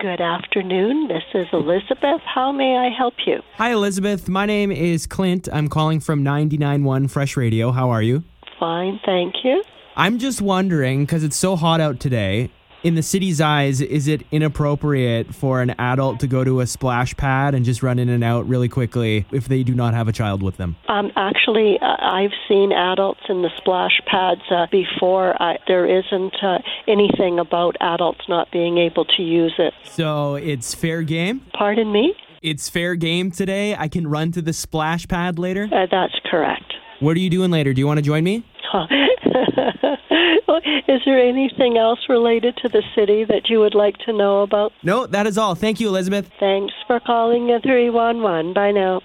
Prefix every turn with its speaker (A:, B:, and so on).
A: Good afternoon. This is Elizabeth. How may I help you?
B: Hi, Elizabeth. My name is Clint. I'm calling from 99.1 Fresh Radio. How are you?
A: Fine, thank you.
B: I'm just wondering because it's so hot out today. In the city's eyes, is it inappropriate for an adult to go to a splash pad and just run in and out really quickly if they do not have a child with them?
A: Um, actually, uh, I've seen adults in the splash pads uh, before. I, there isn't uh, anything about adults not being able to use it.
B: So it's fair game.
A: Pardon me?
B: It's fair game today. I can run to the splash pad later.
A: Uh, that's correct.
B: What are you doing later? Do you want to join me?
A: Huh. is there anything else related to the city that you would like to know about?
B: No, that is all. Thank you, Elizabeth.
A: Thanks for calling the 311. Bye now.